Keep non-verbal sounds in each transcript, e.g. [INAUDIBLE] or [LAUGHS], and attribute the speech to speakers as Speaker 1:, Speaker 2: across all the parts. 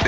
Speaker 1: It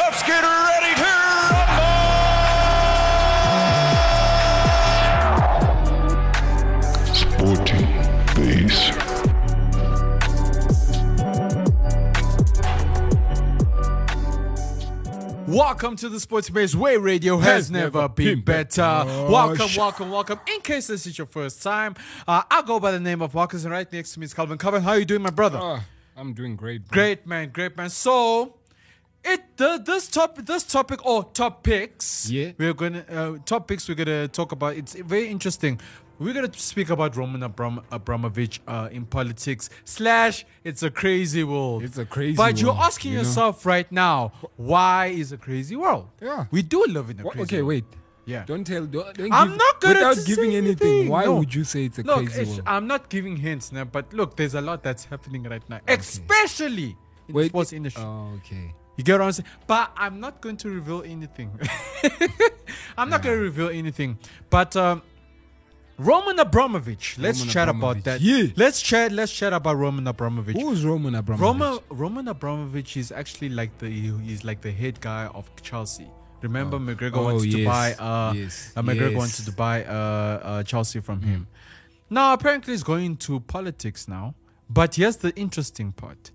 Speaker 2: let's get ready to rumble!
Speaker 3: Sporting base.
Speaker 4: Welcome to the Sports Base Way Radio has, never, been, better. welcome, welcome, welcome. In case this is your first time, uh, I go by the name of Marcus, and right next to me is Calvin. Calvin, how you doing, my brother?
Speaker 5: Ah, I'm doing great. Bro.
Speaker 4: Great man, great man. So, it the, this topic, this topic or topics,
Speaker 5: Yeah.
Speaker 4: we're gonna uh, topics we're gonna talk about. It's very interesting. We're gonna speak about Roman Abram- Abramovich uh, in politics. Slash, it's a crazy world.
Speaker 5: It's a crazy
Speaker 4: But you're
Speaker 5: world,
Speaker 4: asking
Speaker 5: you know?
Speaker 4: yourself right now, why is a crazy world?
Speaker 5: Yeah.
Speaker 4: we do live in a
Speaker 5: Wha-
Speaker 4: crazy.
Speaker 5: okay,
Speaker 4: world.
Speaker 5: wait.
Speaker 4: Yeah.
Speaker 5: Don't tell. Don't, don't
Speaker 4: I'm
Speaker 5: give-
Speaker 4: not gonna
Speaker 5: without
Speaker 4: say
Speaker 5: giving anything.
Speaker 4: anything,
Speaker 5: Why
Speaker 4: no.
Speaker 5: would you say it's a
Speaker 4: Look,
Speaker 5: crazy
Speaker 4: it's-
Speaker 5: world?
Speaker 4: I'm not giving hints now, but look, there's a lot that's happening right now, especially in the
Speaker 5: Wait,
Speaker 4: sports industry.
Speaker 5: Oh, okay.
Speaker 4: You get what I'm saying? But I'm not going to reveal anything. [LAUGHS] I'm not going to reveal anything. But um, Roman Abramovich, let's
Speaker 5: Roman
Speaker 4: chat
Speaker 5: Abramovich,
Speaker 4: about that.
Speaker 5: yeah.
Speaker 4: Let's chat. Let's chat about Roman Abramovich.
Speaker 5: Who's Roman Abramovich?
Speaker 4: Roman Roman Abramovich is actually like the he's like the head guy of Chelsea. Remember McGregor
Speaker 5: Oh,
Speaker 4: wanted to
Speaker 5: yes,
Speaker 4: buy uh,
Speaker 5: yes,
Speaker 4: uh, McGregor
Speaker 5: yes. Mm-hmm.
Speaker 4: wanted to buy uh, uh, Chelsea from him. Now apparently he's going into politics now. But here's the interesting part.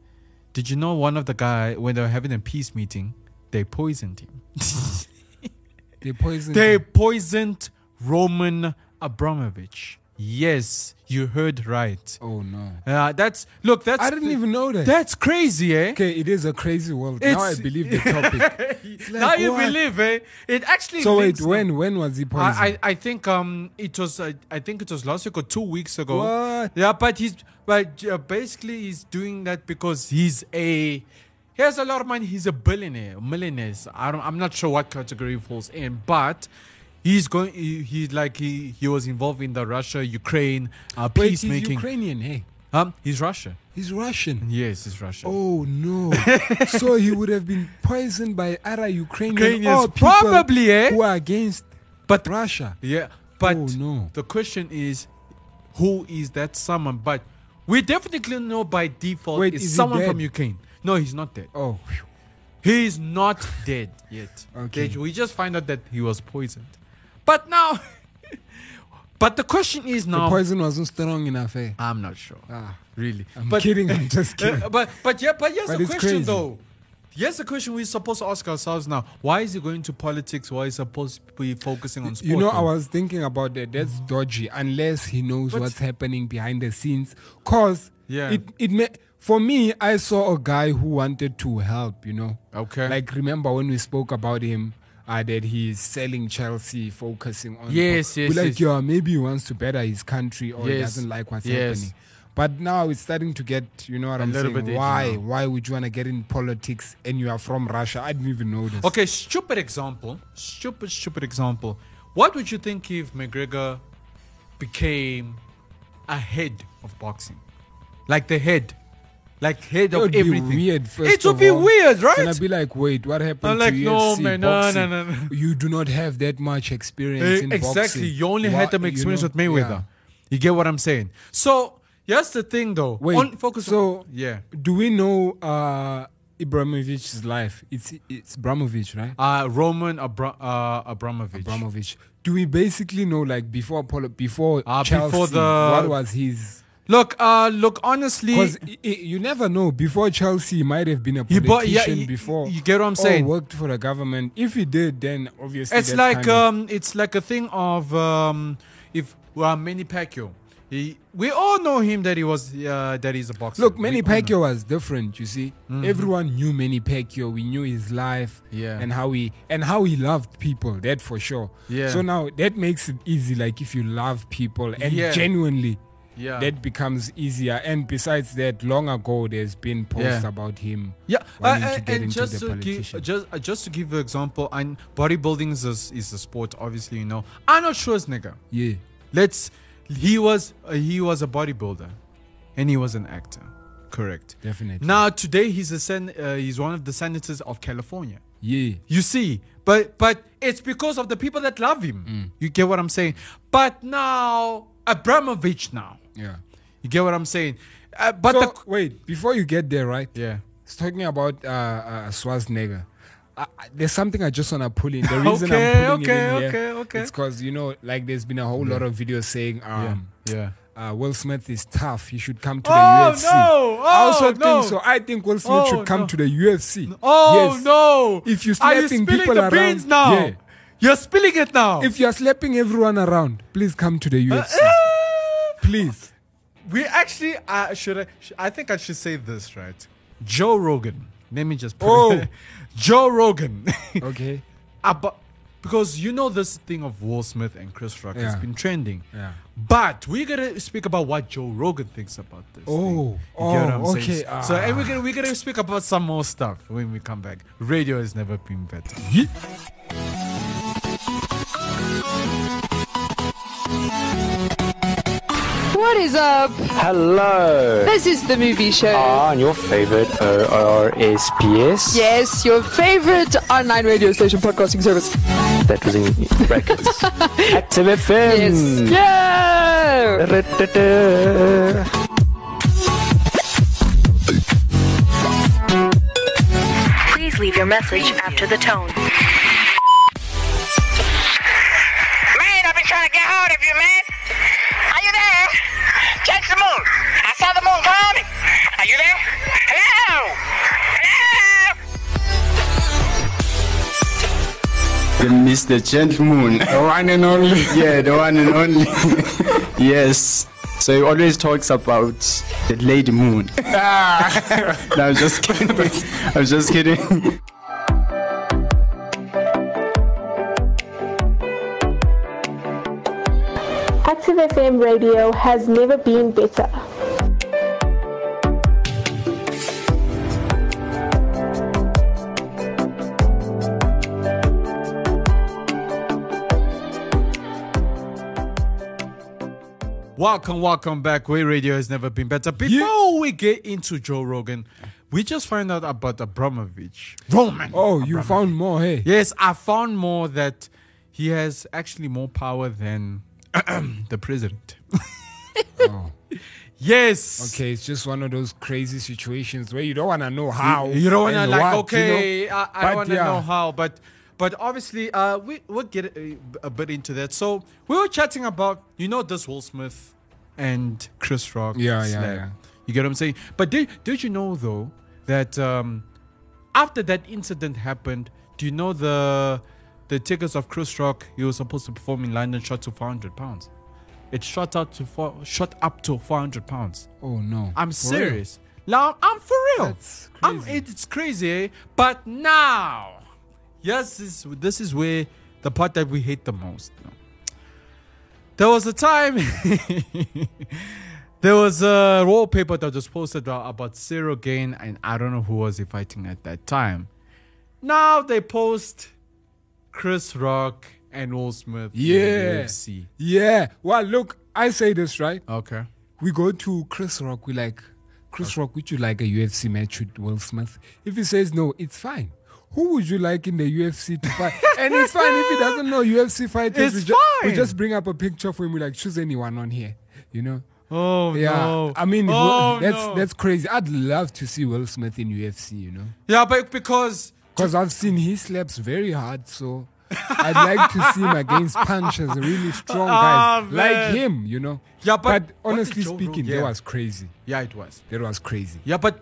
Speaker 4: Did you know one of the guy when they were having a peace meeting, they poisoned him.
Speaker 5: Mm-hmm. They poisoned.
Speaker 4: They
Speaker 5: him.
Speaker 4: poisoned Roman Abramovich. Yes, you heard right.
Speaker 5: Oh no.
Speaker 4: Uh, that's look. That's
Speaker 5: I didn't even know that.
Speaker 4: That's crazy, eh?
Speaker 5: Okay, it is a crazy world. now I
Speaker 4: It's-
Speaker 5: believe [LAUGHS] the topic.
Speaker 4: now
Speaker 5: Like,
Speaker 4: you
Speaker 5: what?
Speaker 4: believe, eh? It actually.
Speaker 5: so wait,
Speaker 4: links them.
Speaker 5: when when was he poisoned?
Speaker 4: I, I I think um it was uh, I think it was last week or two weeks ago.
Speaker 5: What?
Speaker 4: Yeah, but he's but uh, basically he's doing that because he's a he has a lot of money. He's a billionaire, millionaire. I don't I'm not sure what category he falls in, but. He's going. He, he like he, he was involved in the Russia Ukraine uh,
Speaker 5: Wait, he's
Speaker 4: peacemaking.
Speaker 5: Ukrainian. Hey,
Speaker 4: Um, he's Russia.
Speaker 5: he's Russian.
Speaker 4: Yes, he's Russia.
Speaker 5: Oh [LAUGHS] no! so he would have been poisoned by other Ukrainian
Speaker 4: Ukrainians,
Speaker 5: or people
Speaker 4: probably, eh?
Speaker 5: who are against
Speaker 4: But-
Speaker 5: Russia.
Speaker 4: Yeah, but
Speaker 5: Oh, no.
Speaker 4: the question is, who is that someone? But we definitely know by default
Speaker 5: Wait,
Speaker 4: it's
Speaker 5: is he
Speaker 4: someone
Speaker 5: dead?
Speaker 4: from Ukraine. No, he's not dead.
Speaker 5: Oh,
Speaker 4: He is not dead yet.
Speaker 5: [LAUGHS] Okay.
Speaker 4: They- we just find out that he was poisoned. But now, [LAUGHS] but the question is
Speaker 5: the
Speaker 4: now.
Speaker 5: poison wasn't strong enough. Eh?
Speaker 4: I'm not sure.
Speaker 5: Ah.
Speaker 4: really?
Speaker 5: I'm kidding. I'm just kidding.
Speaker 4: [LAUGHS] Uh, but but yeah, but here's
Speaker 5: But
Speaker 4: the
Speaker 5: it's
Speaker 4: question
Speaker 5: crazy.
Speaker 4: though. Here's the question we're supposed to ask ourselves now. Why is he going to politics? Why is he supposed to be focusing on sport?
Speaker 5: You know, I
Speaker 4: though?
Speaker 5: was thinking about that. That's dodgy, unless he knows
Speaker 4: But-
Speaker 5: what's happening behind the scenes. Cause
Speaker 4: Yeah.
Speaker 5: it it may, for me, I saw a guy who wanted to help. You know,
Speaker 4: Okay.
Speaker 5: Like remember when we spoke about him. Uh, that he's selling Chelsea, focusing on
Speaker 4: Yes,
Speaker 5: We're
Speaker 4: yes,
Speaker 5: like
Speaker 4: yes.
Speaker 5: yeah, maybe he wants to better his country or he
Speaker 4: Yes,
Speaker 5: doesn't like what's
Speaker 4: yes.
Speaker 5: happening. But now it's starting to get, you know what i I'm
Speaker 4: little
Speaker 5: saying?
Speaker 4: bit itchy
Speaker 5: why,
Speaker 4: now.
Speaker 5: why would you want to get in politics and you are from Russia? I didn't even know this.
Speaker 4: Okay, stupid example. Stupid, stupid example. What would you think if McGregor became a head of boxing? Like the head. Like head
Speaker 5: It
Speaker 4: of
Speaker 5: would
Speaker 4: everything.
Speaker 5: be weird. First
Speaker 4: it would
Speaker 5: of
Speaker 4: be
Speaker 5: all.
Speaker 4: weird,
Speaker 5: And
Speaker 4: right?
Speaker 5: I'd be like, wait, what happened
Speaker 4: I'm
Speaker 5: to
Speaker 4: like,
Speaker 5: UFC
Speaker 4: no, man, no, no,
Speaker 5: boxing?
Speaker 4: no, no.
Speaker 5: You do not have that much experience
Speaker 4: Eh,
Speaker 5: in boxing.
Speaker 4: exactly. You only
Speaker 5: Wha-
Speaker 4: had them
Speaker 5: you
Speaker 4: experience
Speaker 5: know,
Speaker 4: with Mayweather. You get what I'm saying? So here's the thing though.
Speaker 5: Wait,
Speaker 4: On- focus
Speaker 5: so
Speaker 4: on, yeah.
Speaker 5: Do we know uh, Ibramovich's life? It's it's Bramovich, right?
Speaker 4: Uh Roman Abra- uh, Abramovich.
Speaker 5: Abramovich. Do we basically know like before Apollo, before
Speaker 4: Ah, before
Speaker 5: Chelsea?
Speaker 4: the-
Speaker 5: what was his?
Speaker 4: Look, uh look honestly
Speaker 5: Because you never know. Before Chelsea, he might have been a
Speaker 4: He
Speaker 5: politician
Speaker 4: bought- yeah, y-
Speaker 5: before.
Speaker 4: you get what I'm
Speaker 5: or
Speaker 4: saying?
Speaker 5: worked for the government. If he did, then obviously
Speaker 4: It's
Speaker 5: that's
Speaker 4: like
Speaker 5: kind of-
Speaker 4: um, it's like a thing of um, if well, Manny Pacquiao. He, we all know him that he was uh, that he's a boxer.
Speaker 5: Look,
Speaker 4: We
Speaker 5: Manny
Speaker 4: all know. Mm-hmm.
Speaker 5: Pacquiao was different. You see, everyone knew Manny Pacquiao. We knew his life,
Speaker 4: Yeah.
Speaker 5: and how he and how he loved people. That for sure.
Speaker 4: Yeah.
Speaker 5: So now that makes it easy. Like if you love people and
Speaker 4: Yeah.
Speaker 5: genuinely,
Speaker 4: Yeah.
Speaker 5: that becomes easier. And besides that, long ago there's been posts
Speaker 4: Yeah.
Speaker 5: about him.
Speaker 4: Yeah,
Speaker 5: wanting
Speaker 4: uh,
Speaker 5: to
Speaker 4: and,
Speaker 5: get
Speaker 4: and
Speaker 5: into
Speaker 4: just
Speaker 5: the
Speaker 4: to
Speaker 5: politician.
Speaker 4: give just uh, just to give you an example, and bodybuilding is a, is a sport, obviously you know. Arnold Schwarzenegger.
Speaker 5: yeah.
Speaker 4: Let's he was uh, he was a bodybuilder, and he was an actor. Correct.
Speaker 5: Definitely.
Speaker 4: Now today he's a sen- uh, he's one of the senators of California.
Speaker 5: Yeah.
Speaker 4: You see, but but it's because of the people that love him. You get what I'm saying? But now Abramovich now.
Speaker 5: Yeah.
Speaker 4: You get what I'm saying? Uh, but
Speaker 5: So,
Speaker 4: the
Speaker 5: wait, before you get there, right?
Speaker 4: yeah.
Speaker 5: It's talking about uh, uh, Schwarzenegger. I, I, there's something I just wanna pull in.
Speaker 4: [LAUGHS]
Speaker 5: The reason
Speaker 4: Okay,
Speaker 5: I'm pulling it
Speaker 4: okay,
Speaker 5: in here,
Speaker 4: okay, okay.
Speaker 5: it's because you know, like there's been a whole lot of videos saying um,
Speaker 4: yeah.
Speaker 5: uh, Will Smith is tough. He should come to the
Speaker 4: Oh,
Speaker 5: UFC.
Speaker 4: no.
Speaker 5: I also
Speaker 4: Oh, no.
Speaker 5: think so. I think Will Smith
Speaker 4: Oh,
Speaker 5: should come
Speaker 4: no.
Speaker 5: to the UFC.
Speaker 4: Oh
Speaker 5: Yes.
Speaker 4: no!
Speaker 5: If you
Speaker 4: Are you
Speaker 5: slapping
Speaker 4: spilling
Speaker 5: people
Speaker 4: the
Speaker 5: around-
Speaker 4: beans now?
Speaker 5: Yeah.
Speaker 4: You're spilling it now.
Speaker 5: If you are slapping everyone around, please come to
Speaker 4: Uh, [LAUGHS]
Speaker 5: the UFC.
Speaker 4: eh.
Speaker 5: please.
Speaker 4: we actually uh, should I, sh- I think I should say this right? Joe Rogan. Let me just put
Speaker 5: Oh.
Speaker 4: it. [LAUGHS] Joe [LAUGHS] Rogan.
Speaker 5: Okay.
Speaker 4: About Ah, because you know this thing of Will Smith and Chris Rock has
Speaker 5: Yeah.
Speaker 4: been trending.
Speaker 5: Yeah.
Speaker 4: But we're gonna speak about what Joe Rogan thinks about this. thing.
Speaker 5: Oh,
Speaker 4: You get what
Speaker 5: oh,
Speaker 4: I'm
Speaker 5: okay,
Speaker 4: saying? So and we're
Speaker 5: ah.
Speaker 4: gonna we're gonna speak about some more stuff when we come back. Radio has never been better.
Speaker 6: What is up?
Speaker 7: Hello.
Speaker 6: This is the movie show.
Speaker 7: Ah, and your favorite ORSPS?
Speaker 6: yes, your favorite online radio station podcasting service.
Speaker 7: That was in brackets. Active FM.
Speaker 6: Yes.
Speaker 8: Hmm.
Speaker 6: Yeah!
Speaker 7: Da-da-da.
Speaker 9: Please leave your message after the tone.
Speaker 10: Man, I've been trying to get hold of you, man. Are you there? Check the moon. I saw the moon coming. Are you there? Hello? Hello?
Speaker 8: Mr. Gentleman. The one and only. Yeah, the one and only. [LAUGHS] yes. So he always talks about the lady moon.
Speaker 7: Ah.
Speaker 8: [LAUGHS] no, I'm just kidding. I'm just kidding.
Speaker 11: Active FM radio has never been better.
Speaker 4: Welcome, welcome back. Way Radio has never been better. Before we get into Joe Rogan, we just found out about Abramovich. Roman.
Speaker 5: Oh, you found more, hey?
Speaker 4: Yes, I found more that he has actually more power than [CLEARS THROAT] the president. Yes.
Speaker 5: Okay, it's just one of those crazy situations where you don't wanna know how.
Speaker 4: You don't want to
Speaker 5: and
Speaker 4: like
Speaker 5: what, you
Speaker 4: okay,
Speaker 5: know?
Speaker 4: I, I
Speaker 5: But
Speaker 4: want to
Speaker 5: yeah.
Speaker 4: know how, but but obviously uh we we'll get a, a bit into that. So we were chatting about you know this Will Smith and Chris Rock.
Speaker 5: Yeah, yeah,
Speaker 4: slap.
Speaker 5: yeah.
Speaker 4: You get what I'm saying? But did did you know though that um after that incident happened, do you know the the tickets of Chris Rock he was supposed to perform in London shot to 400 pounds. It shot out to four, shot up to 400 pounds.
Speaker 5: Oh no.
Speaker 4: I'm
Speaker 5: For real?
Speaker 4: serious. Now I'm for real.
Speaker 5: That's
Speaker 4: I'm,
Speaker 5: crazy.
Speaker 4: it's crazy, eh? but now, yes, this, this is where the part that we hate the most. There was a time, [LAUGHS] there was a wallpaper that was posted a- about Cyril Gain, and I don't know who was he fighting at that time. Now they post Chris Rock and Will Smith. in the
Speaker 5: Yeah.
Speaker 4: UFC.
Speaker 5: Yeah. Well, look, I say this, right?
Speaker 4: Okay.
Speaker 5: We go to Chris Rock, we like, Chris Rock, would you like a UFC match with Will Smith? If he says no, it's fine. Who would you like in the UFC
Speaker 4: [LAUGHS]
Speaker 5: to fight? and it's fine if he doesn't know UFC
Speaker 4: It's
Speaker 5: fighters. we, ju- we
Speaker 4: fine.
Speaker 5: just bring up a picture of him. We like choose anyone on here, you know?
Speaker 4: Oh
Speaker 5: Yeah.
Speaker 4: no!
Speaker 5: I mean,
Speaker 4: oh,
Speaker 5: Will- that's
Speaker 4: no.
Speaker 5: that's crazy. I'd love to see Will Smith in UFC, you know?
Speaker 4: yeah, but because
Speaker 5: Because I've seen he slaps very hard, so I'd like to see him against punches, really strong guys
Speaker 4: [LAUGHS] Ah,
Speaker 5: like
Speaker 4: man.
Speaker 5: him, you know.
Speaker 4: Yeah, but what did
Speaker 5: honestly
Speaker 4: Joe
Speaker 5: speaking,
Speaker 4: Rogan-
Speaker 5: that
Speaker 4: yeah.
Speaker 5: was crazy.
Speaker 4: yeah, it was.
Speaker 5: That was crazy.
Speaker 4: Yeah, but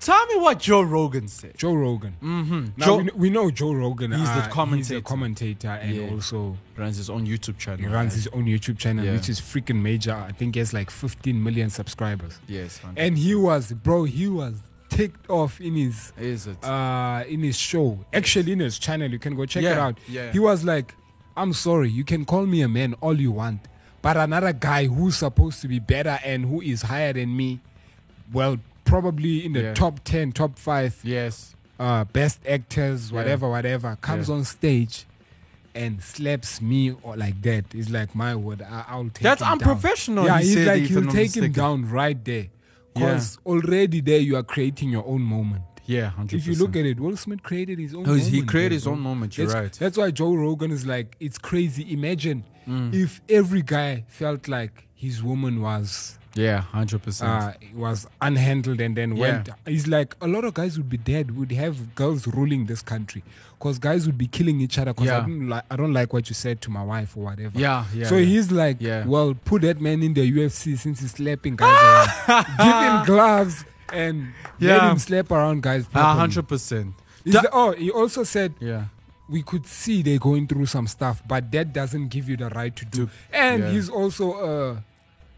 Speaker 4: tell me what Joe Rogan said.
Speaker 5: Joe Rogan. Mm-hmm. Now
Speaker 4: Joe-
Speaker 5: we, know, we know Joe Rogan.
Speaker 4: He's the
Speaker 5: uh, He's
Speaker 4: commentator.
Speaker 5: a commentator, and
Speaker 4: Yeah.
Speaker 5: also
Speaker 4: Runs his own YouTube channel.
Speaker 5: he runs his own YouTube channel,
Speaker 4: Yeah.
Speaker 5: which is freaking major. I think he has like 15 million subscribers.
Speaker 4: Yes, 100%.
Speaker 5: And he was, bro, he was ticked off in his
Speaker 4: Is it?
Speaker 5: uh in his show actually in his channel you can go check it
Speaker 4: Yeah,
Speaker 5: out
Speaker 4: yeah.
Speaker 5: he was like i'm sorry you can call me a man all you want but another guy who's supposed to be better and who is higher than me well probably in the
Speaker 4: Yeah.
Speaker 5: top 10 top 5
Speaker 4: yes.
Speaker 5: uh best actors whatever whatever comes
Speaker 4: Yeah.
Speaker 5: on stage and slaps me or like that it's like my word I, i'll take
Speaker 4: That's
Speaker 5: him down.
Speaker 4: unprofessional,
Speaker 5: yeah
Speaker 4: he
Speaker 5: he's
Speaker 4: said,
Speaker 5: like
Speaker 4: if
Speaker 5: he'll
Speaker 4: I'm not
Speaker 5: take him
Speaker 4: mistaken.
Speaker 5: down right there Because already there you are creating your own moment.
Speaker 4: Yeah,
Speaker 5: If you look at it, Will Smith created his own
Speaker 4: No,
Speaker 5: moment.
Speaker 4: Oh, he created
Speaker 5: there,
Speaker 4: his
Speaker 5: bro.
Speaker 4: own moment, you're
Speaker 5: that's,
Speaker 4: right.
Speaker 5: That's why Joe Rogan is like, it's crazy. Imagine
Speaker 4: Mm.
Speaker 5: if every guy felt like his woman was
Speaker 4: Yeah, hundred
Speaker 5: uh,
Speaker 4: percent.
Speaker 5: was unhandled and then
Speaker 4: Yeah.
Speaker 5: went. It's like a lot of guys would be dead. Would have girls ruling this country because guys would be killing each other. Because I
Speaker 4: Yeah.
Speaker 5: don't like I don't like what you said to my wife or whatever.
Speaker 4: Yeah, yeah,
Speaker 5: So
Speaker 4: yeah.
Speaker 5: he's like,
Speaker 4: Yeah.
Speaker 5: well, put that man in the UFC since he's slapping guys
Speaker 4: [LAUGHS]
Speaker 5: around. Give him gloves and let
Speaker 4: Yeah.
Speaker 5: him slap around guys. properly.
Speaker 4: Ah, hundred percent.
Speaker 5: He's like- oh, he also said.
Speaker 4: Yeah.
Speaker 5: We could see they're going through some stuff, but that doesn't give you the right to do. And
Speaker 4: yeah.
Speaker 5: he's also a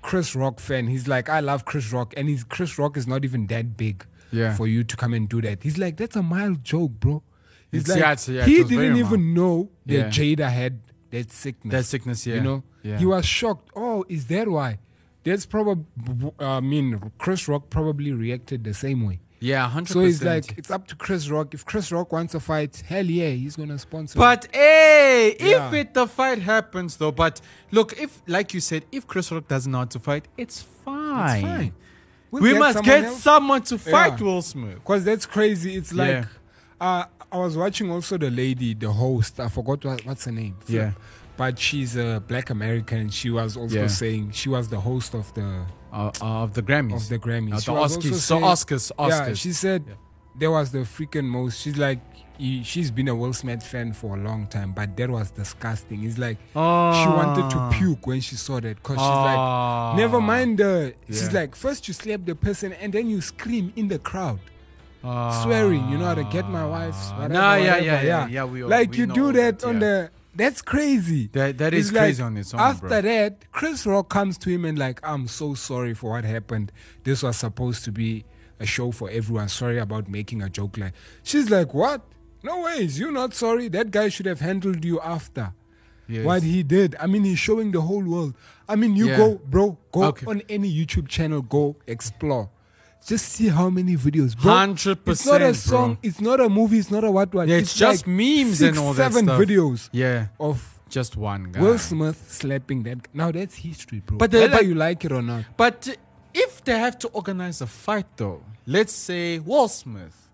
Speaker 5: Chris Rock fan. He's like, I love Chris Rock, and he's Chris Rock is not even that big
Speaker 4: Yeah.
Speaker 5: for you to come and do that. He's like, that's a mild joke, bro. He's
Speaker 4: It's-
Speaker 5: like,
Speaker 4: yeah, it's- yeah, it
Speaker 5: he
Speaker 4: was very
Speaker 5: didn't even know that
Speaker 4: Yeah.
Speaker 5: Jada had that sickness.
Speaker 4: That sickness, yeah.
Speaker 5: You know,
Speaker 4: Yeah.
Speaker 5: he was shocked. Oh, is that why? That's probably. I mean, Chris Rock probably reacted the same way.
Speaker 4: Yeah, hundred
Speaker 5: So it's
Speaker 4: percent.
Speaker 5: like it's up to Chris Rock. If Chris Rock wants a fight, hell yeah, he's gonna sponsor.
Speaker 4: But hey,
Speaker 5: Yeah.
Speaker 4: if it the fight happens though, but look, if like you said, if Chris Rock doesn't know how to fight, it's fine.
Speaker 5: fine. We'll
Speaker 4: we
Speaker 5: get
Speaker 4: must
Speaker 5: someone
Speaker 4: get
Speaker 5: else.
Speaker 4: someone to fight
Speaker 5: Yeah.
Speaker 4: Will Smith.
Speaker 5: Because that's crazy. It's like
Speaker 4: Yeah.
Speaker 5: uh, I was watching also the lady, the host. I forgot what, what's her name.
Speaker 4: Yeah.
Speaker 5: But she's a black American. and She was also
Speaker 4: Yeah.
Speaker 5: saying she was the host of the
Speaker 4: Uh, of the Grammys.
Speaker 5: of the Grammys.
Speaker 4: Uh,
Speaker 5: She
Speaker 4: the
Speaker 5: was
Speaker 4: Oscars.
Speaker 5: also
Speaker 4: So
Speaker 5: saying-
Speaker 4: Oscars, Oscars.
Speaker 5: Yeah, she said there was the freaking most. She's like, he- she's been a Will Smith fan for a long time, but that was disgusting. It's like she wanted
Speaker 4: Ah.
Speaker 5: to puke when she saw that because
Speaker 4: Ah.
Speaker 5: she's like, never mind the. She's
Speaker 4: Yeah.
Speaker 5: like, first you slap the person and then you scream in the crowd.
Speaker 4: Ah.
Speaker 5: Swearing, you know how to get my wife's. Whatever,
Speaker 4: Nah, yeah,
Speaker 5: whatever,
Speaker 4: yeah, yeah, yeah, we all-
Speaker 5: like
Speaker 4: we
Speaker 5: you
Speaker 4: know
Speaker 5: do
Speaker 4: all
Speaker 5: that
Speaker 4: that,
Speaker 5: on
Speaker 4: yeah.
Speaker 5: the. That's crazy.
Speaker 4: That- that is
Speaker 5: It's like,
Speaker 4: crazy on its own, bro.
Speaker 5: After that, Chris Rock comes to him and like, I'm so sorry for what happened. This was supposed to be a show for everyone. Sorry about making a joke like. She's like, what? No ways. You're not sorry. That guy should have handled you after
Speaker 4: Yes.
Speaker 5: what he did. I mean, he's showing the whole world. I mean, you
Speaker 4: Yeah.
Speaker 5: go, bro, go
Speaker 4: Okay.
Speaker 5: on any YouTube channel, go explore. Just see how many videos. Bro, It's not
Speaker 4: 100%, bro.
Speaker 5: a song. It's not a movie. It's not a what what.
Speaker 4: Yeah, it's, just
Speaker 5: like
Speaker 4: memes
Speaker 5: six,
Speaker 4: and all
Speaker 5: seven
Speaker 4: that stuff.
Speaker 5: videos
Speaker 4: Yeah.
Speaker 5: of
Speaker 4: Just one guy.
Speaker 5: Will Smith slapping that. g- Now that's history, bro.
Speaker 4: But
Speaker 5: But
Speaker 4: the-
Speaker 5: whether
Speaker 4: but-
Speaker 5: you like it or not,
Speaker 4: But if they have to organize a fight, though, let's say Will Smith,